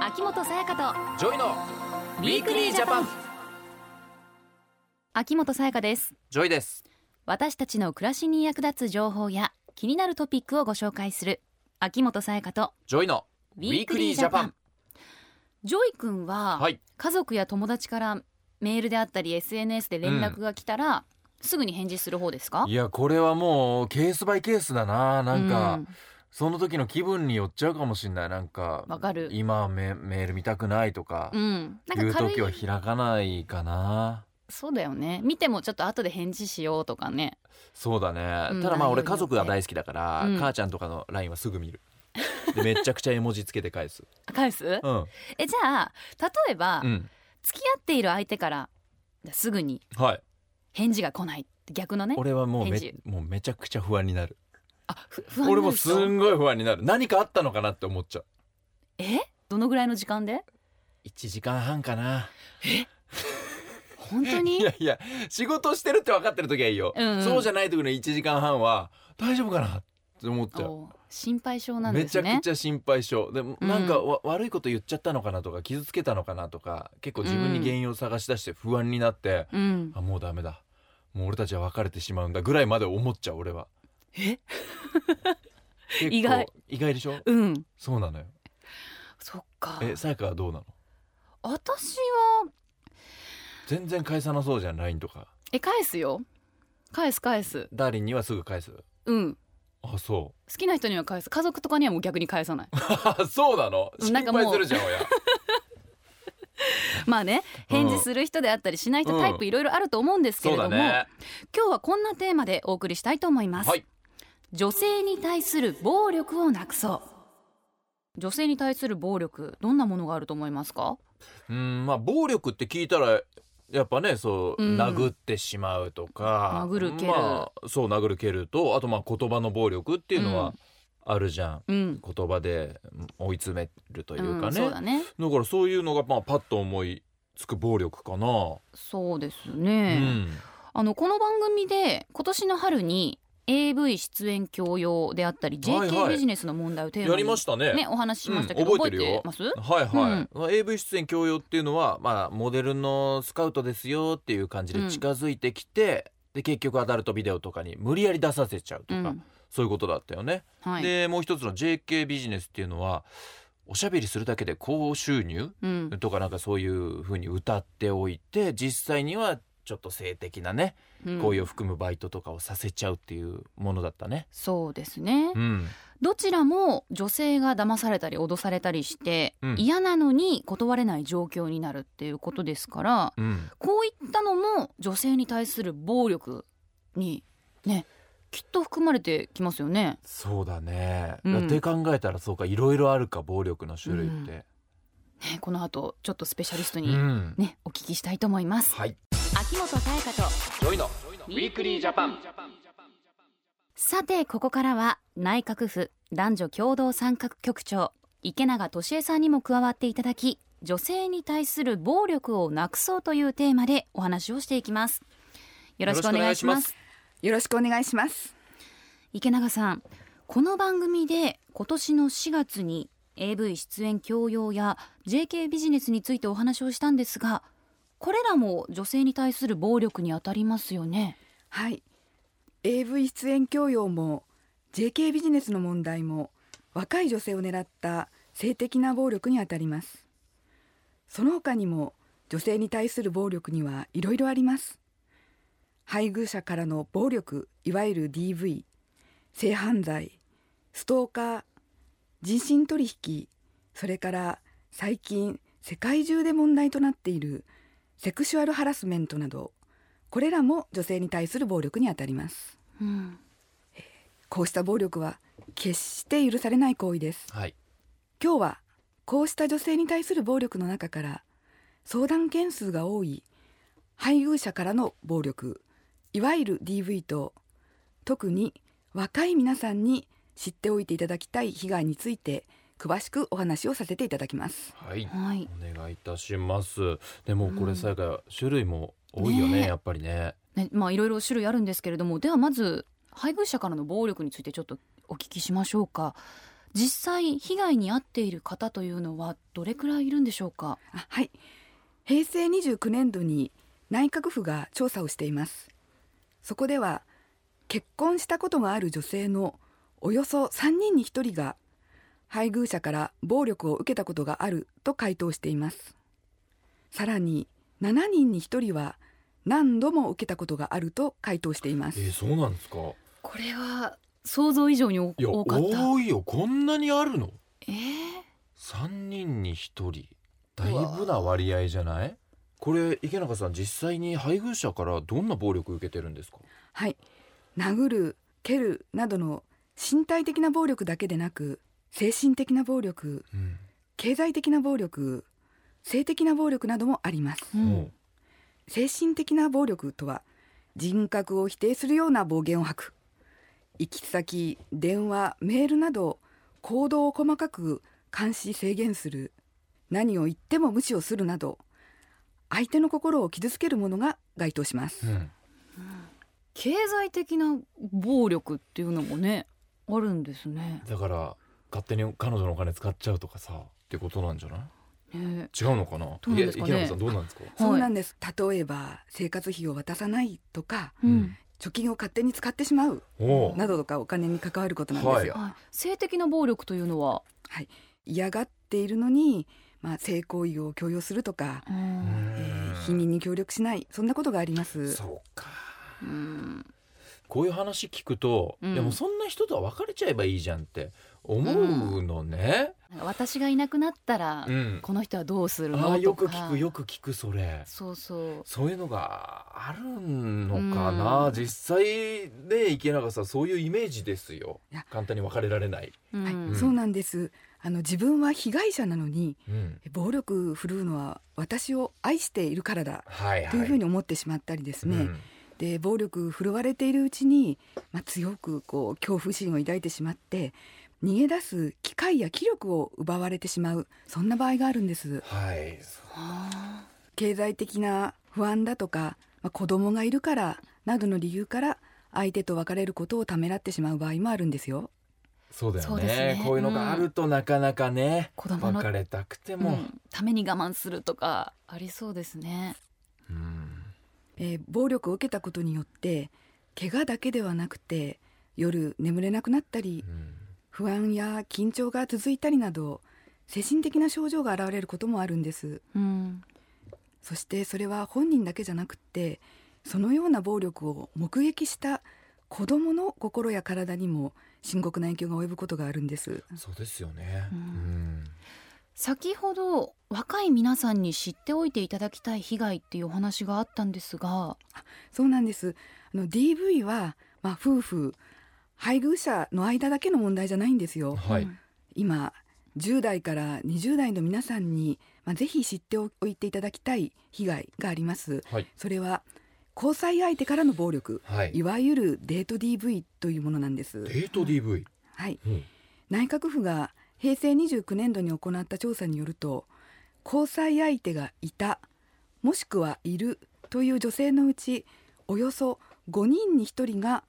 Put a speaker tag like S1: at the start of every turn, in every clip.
S1: 秋元さやかと
S2: ジョイのウィークリージャパン
S1: 秋元さやかです
S2: ジョイです
S1: 私たちの暮らしに役立つ情報や気になるトピックをご紹介する秋元さやかと
S2: ジョイのウィークリージャパン
S1: ジョイ君は、
S2: はい
S1: 家族や友達からメールであったり SNS で連絡が来たら、すぐに返事する方ですか
S3: いやこれはもうケースバイケースだななんか、
S1: うん
S3: その時の気分によっちゃうかもしんないなんか
S1: わかる
S3: 今はメメール見たくないとか
S1: うん、な
S3: 言
S1: ん
S3: う
S1: か軽い
S3: 時は開かないかな
S1: そうだよね見てもちょっと後で返事しようとかね
S3: そうだね、
S1: うん
S2: ただまあ
S1: 内容
S2: 俺
S1: によ
S2: 家
S1: って
S2: 族が大好きだから、
S1: うん
S2: 母ちゃんとかの LINE はすぐ見るでめちゃくちゃ絵文字つけて 返す
S1: 返す
S2: うん、
S1: えじゃあ例えば、
S2: うん、
S1: 付き合っている相手からすぐに
S2: はい
S1: 返事が来ないって逆のね
S2: 俺はもう
S1: 返
S2: め
S1: 事
S2: もうめちゃくちゃ不安になる
S1: あふ不安にな
S3: 俺
S1: る
S3: も
S1: 人
S3: すんごい不安になる何かあったのかなって思っちゃう
S1: えどのぐらいの時間で
S2: 1時間半かな
S1: 本当
S3: い
S1: に
S3: やいや仕事してるって分かってる時はいいよ、
S1: うんうん
S3: そうじゃない時の1時間半は大丈夫かなって思っちゃう
S1: おう心配性なん
S3: め
S1: で
S3: ち
S1: す
S3: ゃ
S1: ね
S3: くちゃ心配性で
S1: うん
S3: なんかわ、悪いこと言っちゃったのかなとか傷つけたのかなとか結構自分に原因を探し出して不安になって、
S1: うん
S3: あもうダメだもう俺たちは別れてしまうんだぐらいまで思っちゃう俺は
S1: え
S3: 結構
S1: 意外
S3: 意外でしょ
S1: うん
S3: そうなのよ
S1: そっか
S3: えさやかはどうなの
S1: 私は
S3: 全然返さなそうじゃん LINE とか
S1: え返すよ返す返す
S3: ダーリンにはすぐ返す
S1: うん
S3: あそう
S1: 好きな人には返す家族とかにはもう逆に返さ ない
S3: あそうなの
S1: うん
S3: 心
S1: なんかもう
S3: 配するじゃん 親
S1: まあね
S3: うん
S1: 返事する人であったりしない人、
S3: うん
S1: タイプいろいろあると思うんですけ
S3: そ
S1: れ
S3: う
S1: ども、
S3: だね
S1: 今日はこんなテーマでお送りしたいと思います、
S3: はい
S1: 女性に対する暴力をなくそう女性に対する暴力どんなものがあると思いますか
S3: うんまあ暴力って聞いたらやっぱねそう、
S1: うん
S3: 殴ってしまうとか
S1: 殴る蹴る
S3: まあ、そう殴る蹴るとあとまあ言葉の暴力っていうの
S1: う
S3: はあるじゃん、
S1: うん、
S3: 言葉でうん追い詰めるといううか
S1: ん
S3: ね,、
S1: そうだね
S3: だからそういうのがまあパッと思いつく暴力かな、
S1: そうです
S3: う
S1: ね、
S3: ん、
S1: あのこの番組で今年の春に AV 出演強要であったり
S3: はいは
S1: JK
S3: い
S1: ビジネスの問題をテーマに、
S3: やりましたね
S1: ねお話ししましたけど、
S3: うん覚えてるよ
S1: ます
S3: はいはい、まあ AV 出演強要っていうのは、まあ、モデルのスカウトですよっていう感じで近づいてきて、で結局アダルトビデオとかに無理やり出させちゃうと
S1: う
S3: か、
S1: ん
S3: そういうことだったよね。
S1: はい
S3: でもう一つの JK ビジネスっていうのはおしゃべりするだけで高収入
S1: うん
S3: とかなんかそういう風に歌っておいて実際にはちょっと性的なね
S1: うん
S3: 行為を含むバイトとかをさせちゃうっていうものだったね。
S1: そうですね、
S3: うん、
S1: どちらも女性が騙されたり脅されたりして、
S3: うん
S1: 嫌なのに断れない状況になるっていうことですから
S3: うん、
S1: こういったのも女性に対する暴力にねきっと含まれてきますよね。
S3: そうだね。
S1: うん
S3: って考えたらそうかいろいろあるか暴力の種類って。
S1: ねこの後ちょっとスペシャリスト
S3: う
S1: に、ねお聞きしたいと思います。
S3: はい。
S1: 秋元彩香と
S3: ジョイの
S1: ウ
S3: ウ
S1: ィークリージャパンさてここからは内閣府男女共同参画局長池永俊恵さんにも加わっていただき女性に対する暴力をなくそうというテーマでお話をしていきますよろしくお願いします
S3: よろしくお願いします
S4: よろしくお願いしま
S1: 池
S4: す。
S1: 永さんこの番組で今年の4月に AV 出演強要や JK ビジネスについてお話をしたんですがこれらも女性に対する暴力にあたりますよね
S4: はい。AV 出演強要も JK ビジネスの問題も若い女性を狙った性的な暴力にあたります。その他にも女性に対する暴力にはいろいろあります。配偶者からの暴力、いわゆる DV、性犯罪、ストーカー、人身取引、それから最近世界中で問題となっているセクシュアルハラスメントなどこれらも女性に対する暴力にあたります
S1: うん、
S4: こうした暴力は決して許されない行為です
S3: はい。
S4: 今日はこうした女性に対する暴力の中から相談件数が多い配偶者からの暴力いわゆる DV と特に若い皆さんに知っておいていただきたい被害について詳しくお話をさせていただきます
S3: はい。
S1: はい
S3: お願いいたします。でもこれさやか種類も多いよ
S1: ね
S3: ね
S1: え
S3: やっぱりね。
S1: ね、まあいろいろ種類あるんですけれどもではまず配偶者からの暴力についてちょっとお聞きしましょうか実際被害に遭っている方というのはどれくらいいるんでしょうか
S4: あはい平成29年度に内閣府が調査をしていますそこでは結婚したことがある女性のおよそ3人に1人が配偶者から暴力を受けたことがあると回答していますさらに7人に1人は何度も受けたことがあると回答しています
S3: えー、そうなんですかい
S1: これは想像以上にお
S3: や
S1: 多かった
S3: 多いよこんなにあるの
S1: え
S3: 三人に一人だいぶな割合じゃないこれ池中さん実際に配偶者からどんな暴力受けてるんですか
S4: はい殴る蹴るなどの身体的な暴力だけでなく精神的な暴力
S3: うん、
S4: 経済的な暴力性的な暴力などもあります
S1: ーう
S3: も
S1: ん、
S4: 精神的な暴力とは人格を否定するような暴言を吐く行き先電話メールなど行動を細かく監視制限する何を言っても無視をするなど相手の心を傷つけるものが該当します、
S3: う、うん、
S1: 経済的な暴力っていうのもねあるんですね
S3: だから勝手に彼女のお金使っちゃうとかさってことなんじゃない
S1: ね
S3: 違うのかな
S1: どうなんですかね
S3: いや池中さんどうなんですか
S4: そうなんです例えば生活費を渡さないとか
S1: うん
S4: 貯金を勝手に使ってしまう
S3: おお
S4: などとかお金に関わることなんですよ、
S1: はい、性的な暴力というのは、
S4: 嫌がっているのに、まあ、性行為を強要するとか、
S1: う
S3: うん
S4: え
S3: ん
S4: ー避妊に協力しないそんなことがあります
S3: そうか
S1: うん
S3: こういう話聞くと、
S1: うん
S3: いやもうそんな人とは別れちゃえばいいじゃんって思うのね、
S1: なんか私がいなくなったら、
S3: うん
S1: この人はどうするのと
S3: あ
S1: か
S3: あよく聞くよく聞くそれ
S1: そうそう
S3: そういうのがあるのかな、
S1: うん
S3: 実際ね池永さんそういうイメージですよ
S4: いや
S3: 簡単に別れられない、
S1: うん
S4: はい
S3: ん
S4: そうなんですあの自分は被害者なのに
S3: うん、
S4: 暴力振るうのは私を愛しているからだ
S3: はいはい
S4: というふうに思ってしまったりですね、
S3: うん
S4: で暴力振るわれているうちに、まあ、強くこう恐怖心を抱いてしまって逃げ出す機会や気力を奪われてしまうそんな場合があるんです
S3: はい
S1: あ
S4: 経済的な不安だとか、まあ、子供がいるからなどの理由から相手と別れることをためらってしまう場合もあるんですよ。
S3: そうだよ
S1: そう
S3: ね
S1: ですね
S3: こういうのがあるとなかなかね、
S1: 子供の
S3: 別れたくて
S1: ーう
S3: も、
S1: んために我慢するとかありそうですね
S3: うん
S4: えー暴力を受けたことによって怪我だけではなくて夜眠れなくなったり
S3: うん
S4: 不安や緊張が続いたりなど精神的な症状が現れることもあるんです
S1: うん
S4: そしてそれは本人だけじゃなくってそのような暴力を目撃した子どもの心や体にも深刻な影響が及ぶことがあるんです
S3: そうですよね、
S1: う
S3: うんん
S1: 先ほど若い皆さんに知っておいていただきたい被害っていうお話があったんですが、
S4: そうなんですあの DV は、まあ、夫婦配偶者の間だけの問題じゃないんですよ
S3: はい、
S1: うん
S4: 今10代から20代の皆さんに、まあ、ぜひ知っておいていただきたい被害があります
S3: はい
S4: それは交際相手からの暴力
S3: はい
S4: いわゆるデート DV というものなんです
S3: デ、ート DV、
S4: はい、
S3: うん
S4: 内閣府が平成29年度に行った調査によると交際相手がいたもしくはいるという女性のうちおよそ5人に1人が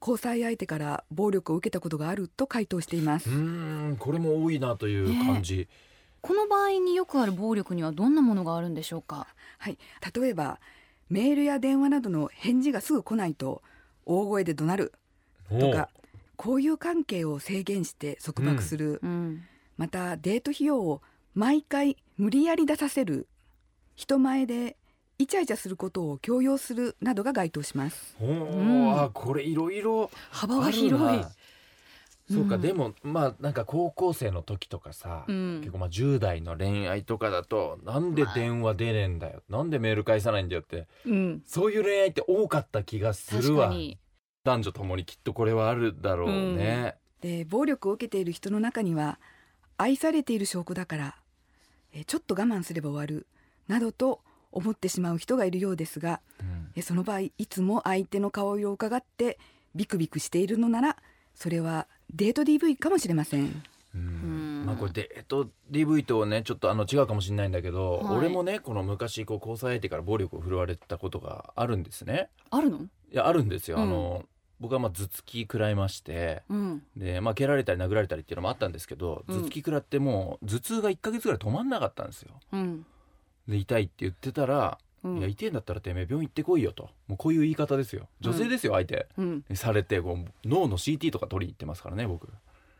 S4: 交際相手から暴力を受けたことがあると回答しています
S3: うーんこれも多いなという感じ、
S1: この場合によくある暴力にはどんなものがあるんでしょうか
S4: はい、例えばメールや電話などの返事がすぐ来ないと大声で怒鳴るとか交友関係を制限して束縛する、
S1: うん
S4: またデート費用を毎回無理やり出させる人前でイチャイチャすることを強要するなどが該当します
S3: おー
S1: うん
S3: あこれいろいろ
S1: 幅が広
S3: ある
S1: い
S3: なそうか、
S1: うん
S3: でもまあなんか高校生の時とかさ、
S1: うん
S3: 結構まあ10代の恋愛とかだとなんで電話出ねえんだよ、なんでメール返さないんだよって
S1: うん
S3: そういう恋愛って多かった気がする
S1: 確か
S3: わ
S1: に
S3: 男女ともにきっとこれはあるだろうね、
S4: で暴力を受けている人の中には愛されている証拠だからえちょっと我慢すれば終わるなどと思ってしまう人がいるようですが
S3: うん
S4: えその場合いつも相手の顔色を伺ってビクビクしているのならそれはデート DV かもしれません
S1: うん
S3: まあこれデート DV とねちょっとあの違うかもしれないんだけど、
S1: はい
S3: 俺もねこの昔こう交際相手から暴力を振るわれてたことがあるんですね
S1: あるの
S3: いやあるんですよ、
S1: うん
S3: あの僕はまあ頭突き食らいまして
S1: うん
S3: で、まあ、蹴られたり殴られたりっていうのもあったんですけど
S1: うん
S3: 頭突き食らってもう頭痛が1ヶ月ぐらい止まんなかったんですよ。
S1: うん
S3: で痛いって言ってたら
S1: う
S3: 「いや
S1: ん
S3: 痛いんだったらてめえ病院行ってこいよ」ともうこういう言い方ですよ女性ですよ相手、
S1: うん
S3: されてこう脳の CT とか取りに行ってますからね僕。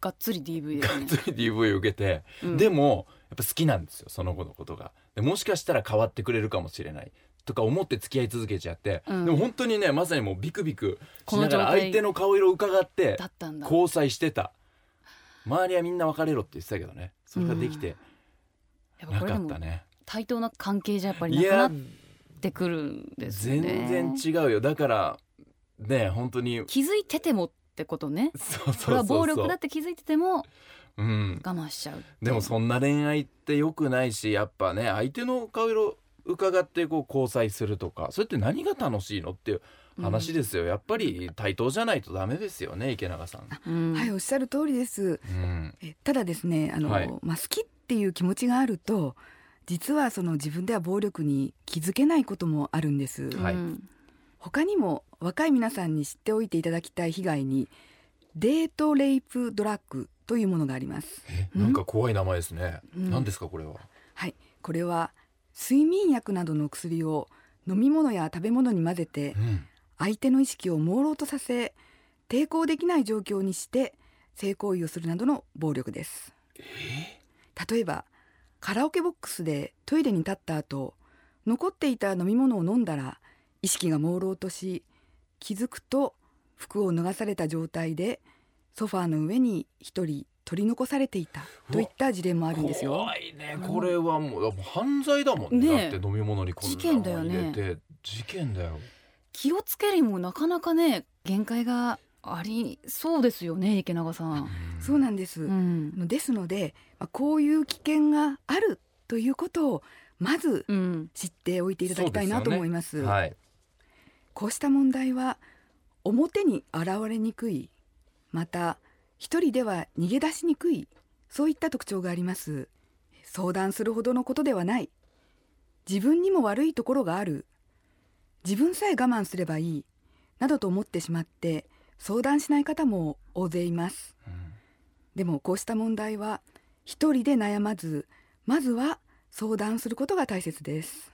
S1: がっつり DV ですね
S3: つい DV を受けて、
S1: うん
S3: でもやっぱ好きなんですよその子のことがでもしかしたら変わってくれるかもしれないとか思って付き合い続けちゃって、
S1: うん
S3: でも本当にねまさにもうビクビクし
S1: この
S3: な
S1: 状
S3: が
S1: 態
S3: ら相手の顔色を伺って
S1: だったんだ
S3: 交際してた周りはみんな別れろって言ってたけどねそれができて
S1: やっぱ
S3: な
S1: これ
S3: か
S1: で
S3: っ
S1: も
S3: たね、
S1: 対等な関係じゃやっぱり
S3: い
S1: なくな
S3: や
S1: っ、てくるんですね
S3: 全然違うよだからね本当に
S1: 気づいててもってことね
S3: そうそうそうそう
S1: これは暴力だって気づいてても
S3: うん、
S1: 我慢しちゃう
S3: でもそんな恋愛って良くないしやっぱね相手の顔色伺ってこう交際するとかそれって何が楽しいのっていう話ですよ、やっぱり対等じゃないとダメですよね池永さん。
S1: うん
S4: はいおっしゃる通りです
S3: うん、
S4: えただですねあの、
S3: はい
S4: まあ、好きっていう気持ちがあると実はその自分では暴力に気づけないこともあるんです、
S3: はい
S1: うん
S4: 他にも若い皆さんに知っておいていただきたい被害にデートレイプドラッグというものがあります
S3: えなんか怖い名前ですね。
S1: うん
S3: 何ですかこれは。
S4: はいこれは睡眠薬などの薬を飲み物や食べ物に混ぜて
S3: うん、
S4: 相手の意識を朦朧とさせ抵抗できない状況にして性行為をするなどの暴力です、例えばカラオケボックスでトイレに立った後残っていた飲み物を飲んだら意識が朦朧とし気づくと服を脱がされた状態でソファーの上に一人取り残されていたといった事例もあるんですよ
S3: 怖いねこれはもうもう犯罪だもんね
S1: ねえ
S3: だって飲み物にこんなの入れて事件だよ,、
S1: 気をつけるにもなかなかね限界がありそうですよね池永さ ん。
S4: そうなんです、
S1: うん、
S4: ですのでまあこういう危険があるということをまず
S1: うん、
S4: 知っておいていただきたいなと思います
S3: はい
S4: こうした問題は表に現れにくいまた一人では逃げ出しにくいそういった特徴があります相談するほどのことではない自分にも悪いところがある自分さえ我慢すればいいなどと思ってしまって相談しない方も大勢います
S3: うん
S4: でもこうした問題は一人で悩まずまずは相談することが大切です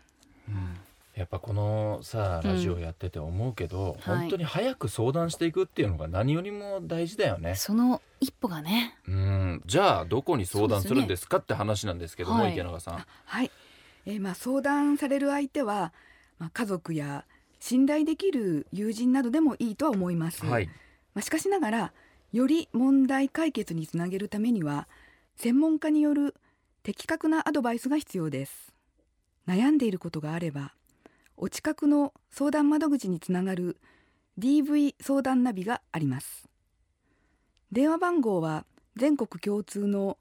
S3: やっぱこのさ
S1: うん
S3: ラジオやってて思うけど、
S1: はい
S3: 本当に早く相談していくっていうのが何よりも大事だよね。
S1: その一歩がね、
S3: うんじゃあどこに相談するんですかって話なんですけども、
S1: はい
S3: 池永さん。
S4: はい、えーまあ、相談される相手は、まあ、家族や信頼できる友人などでもいいとは思います、
S3: はい、
S4: まあ、しかしながらより問題解決につなげるためには専門家による的確なアドバイスが必要です悩んでいることがあればお近くの相談窓口につながる DV 相談ナビがあります電話番号は全国共通の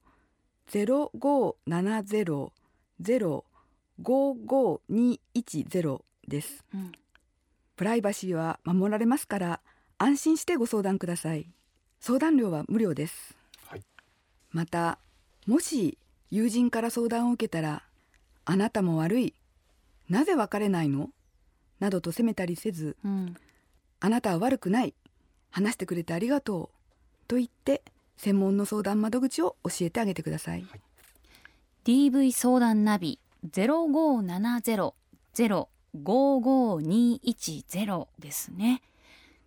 S4: 0570-05521です
S1: うん
S4: プライバシーは守られますから安心してご相談ください相談料は無料です、
S3: はい
S4: またもし友人から相談を受けたらあなたも悪いなぜ別れないのなどと責めたりせず
S1: うん
S4: あなたは悪くない話してくれてありがとうと言って専門の相談窓口を教えてあげてください
S1: DV 相談ナビ0570-055-210ですね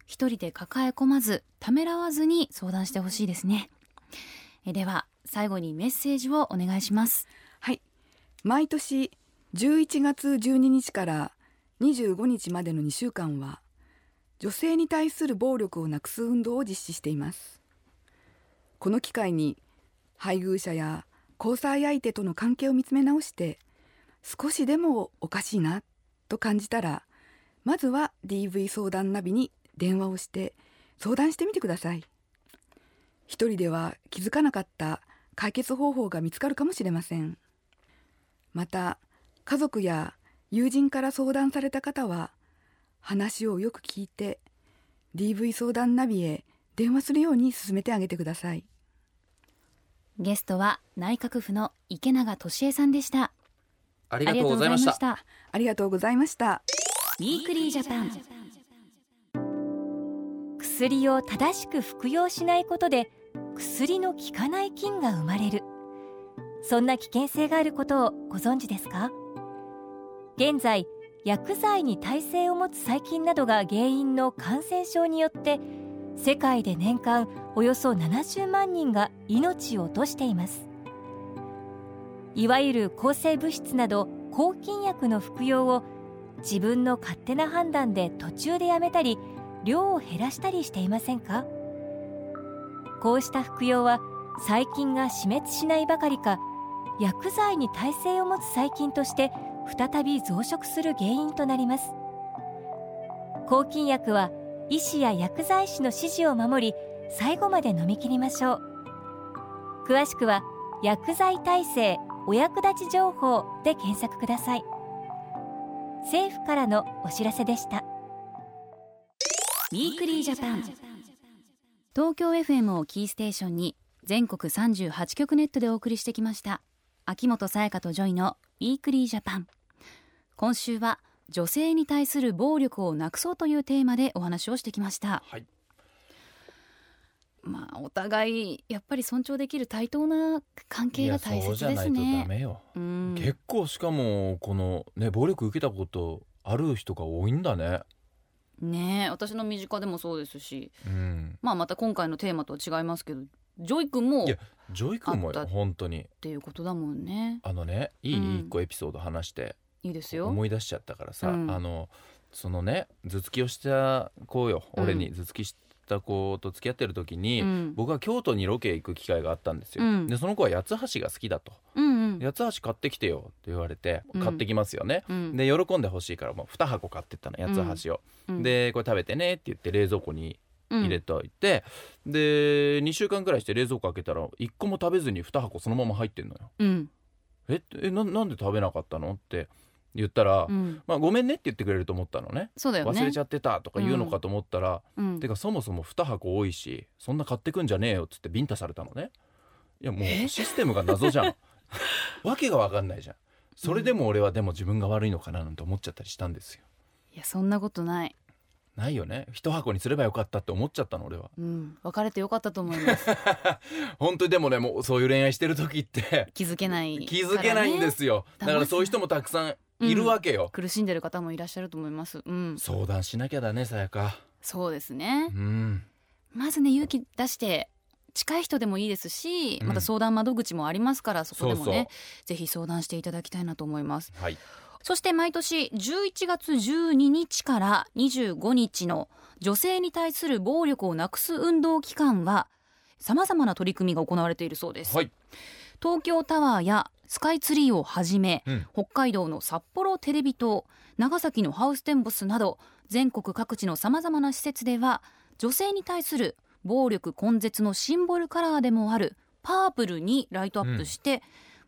S1: 一人で抱え込まずためらわずに相談してほしいですねえでは最後にメッセージをお願いします
S4: はい毎年11月12日から25日までの2週間は女性に対する暴力をなくす運動を実施していますこの機会に配偶者や交際相手との関係を見つめ直して少しでもおかしいなと感じたらまずは DV 相談ナビに電話をして相談してみてください一人では気づかなかった解決方法が見つかるかもしれませんまた家族や友人から相談された方は話をよく聞いて DV 相談ナビへ電話するように進めてあげてください
S1: ゲストは内閣府の池永俊恵さんでした
S3: あ
S1: あ
S3: りがとうございました。
S4: ありがとうございました
S1: ウィークリージャパン薬を正しく服用しないことで薬の効かない菌が生まれるそんな危険性があることをご存知ですか現在薬剤に耐性を持つ細菌などが原因の感染症によって世界で年間およそ70万人が命を落としていますいわゆる抗生物質など抗菌薬の服用を自分の勝手な判断で途中でやめたり量を減らしたりしていませんかこうした服用は細菌が死滅しないばかりか薬剤に耐性を持つ細菌として再び増殖する原因となります抗菌薬は医師や薬剤師の指示を守り最後まで飲み切りましょう詳しくは「薬剤耐性お役立ち情報」で検索ください政府からのお知らせでした
S5: ウィークリージャパン東京 FM をキーステーションに全国38局ネットでお送りしてきました秋元才加とジョイのウィークリージャパン今週は女性に対する暴力をなくそうというテーマでお話をしてきました、
S3: はい
S5: まあお互いやっぱり尊重できる対等な関係が大
S3: そう
S5: 切
S3: じゃ
S5: で
S3: な
S5: す
S3: いとダ
S5: ね
S3: メよ、
S5: うん
S3: 結構しかもこのね暴力受けたことある人が多いんだね
S5: ねえ私の身近でもそうですし
S3: うん
S5: まあまた今回のテーマとは違いますけどジョイ君もっ
S3: いやジョイ君も
S5: あ
S3: よ
S5: った
S3: 本当に
S5: ていうことだもんね
S3: あのねいい、
S5: うん
S3: 一個エピソード話して
S5: いいですよ
S3: 思い出しちゃったからさ、
S5: うん
S3: あのそのね頭突きをした子よ
S5: うん
S3: 俺に頭突きした子と付き合ってる時に、
S5: うん
S3: 僕は京都にロケ行く機会があったんですよ、
S5: うん
S3: でその子は八つ橋が好きだと
S5: うんうん
S3: 八つ橋買ってきてよって言われて
S5: うん
S3: 買ってきますよね、
S5: うん
S3: で喜んでほしいからもう2箱買ってったの八つ橋を、
S5: うん
S3: でこれ食べてねって言って冷蔵庫に
S5: うん
S3: 入れておいて、で2週間くらいして冷蔵庫開けたら1個も食べずに2箱そのまま入ってんのよ
S5: うん
S3: えってえななんで食べなかったのって言ったら、
S5: うん
S3: まあ、ごめんねって言ってくれると思ったのね
S5: そうだよね
S3: 忘れちゃってたとか言うのかと思ったら、
S5: うん
S3: てかそもそも2箱多いしそんな買ってくんじゃねえよっつってビンタされたのねいやもうシステムが謎 じゃんわけがわかんないじゃんそれでも俺はでも自分が悪いのかななんて思っちゃったりしたんですよ
S5: いやそんなことない
S3: ないよね1箱にすればよかったって思っちゃったの俺は
S5: うん別れてよかったと思います
S3: 本当にでもねもうそういう恋愛してる時って
S5: 気づけない
S3: 気づけないんですよ
S5: だ
S3: だ
S5: からね
S3: からそういう人もたくさんいるわけよ、
S5: 苦しんでる方もいらっしゃると思いますうん
S3: 相談しなきゃだねさやか
S5: そうですね
S3: うん
S5: まずね勇気出して近い人でもいいですし、
S3: うん
S5: また相談窓口もありますからそこでもね
S3: そうそう
S5: ぜひ相談していただきたいなと思います
S3: はい
S5: そして毎年11月12日から25日の女性に対する暴力をなくす運動期間は様々な取り組みが行われているそうです、
S3: はい
S5: 東京タワーやスカイツリーをはじめ、
S3: うん
S5: 北海道の札幌テレビ塔長崎のハウステンボスなど全国各地のさまざまな施設では女性に対する暴力根絶のシンボルカラーでもあるパープルにライトアップして、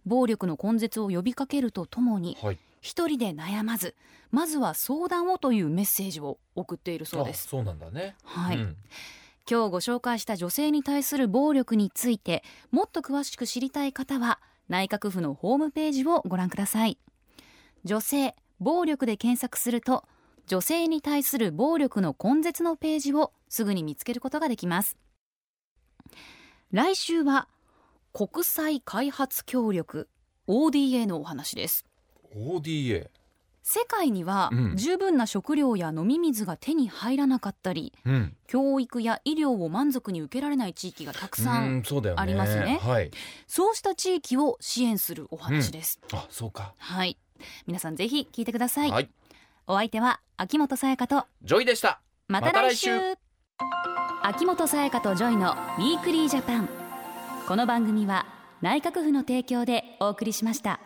S5: 暴力の根絶を呼びかけるとともに
S3: はい
S5: 一人で悩まずまずは相談をというメッセージを送っているそうです
S3: あ。そうなんだね
S5: はい、
S3: うん
S5: 今日ご紹介した女性に対する暴力についてもっと詳しく知りたい方は内閣府のホームページをご覧ください女性暴力で検索すると女性に対する暴力の根絶のページをすぐに見つけることができます来週は国際開発協力 ODA のお話です
S3: ODA
S5: 世界には
S3: うん
S5: 十分な食料や飲み水が手に入らなかったり、
S3: うん
S5: 教育や医療を満足に受けられない地域がたくさん、
S3: うんそうだよね
S5: ありますね
S3: はい
S5: そうした地域を支援するお話です、
S3: あそうか
S5: はい皆さんぜひ聞いてください、
S3: はい
S5: お相手は秋元才加と
S3: ジョイでした
S5: また
S3: また
S5: 来
S3: 来
S5: 週,、
S3: 週
S5: 秋元才加とジョイのウィークリージャパンこの番組は内閣府の提供でお送りしました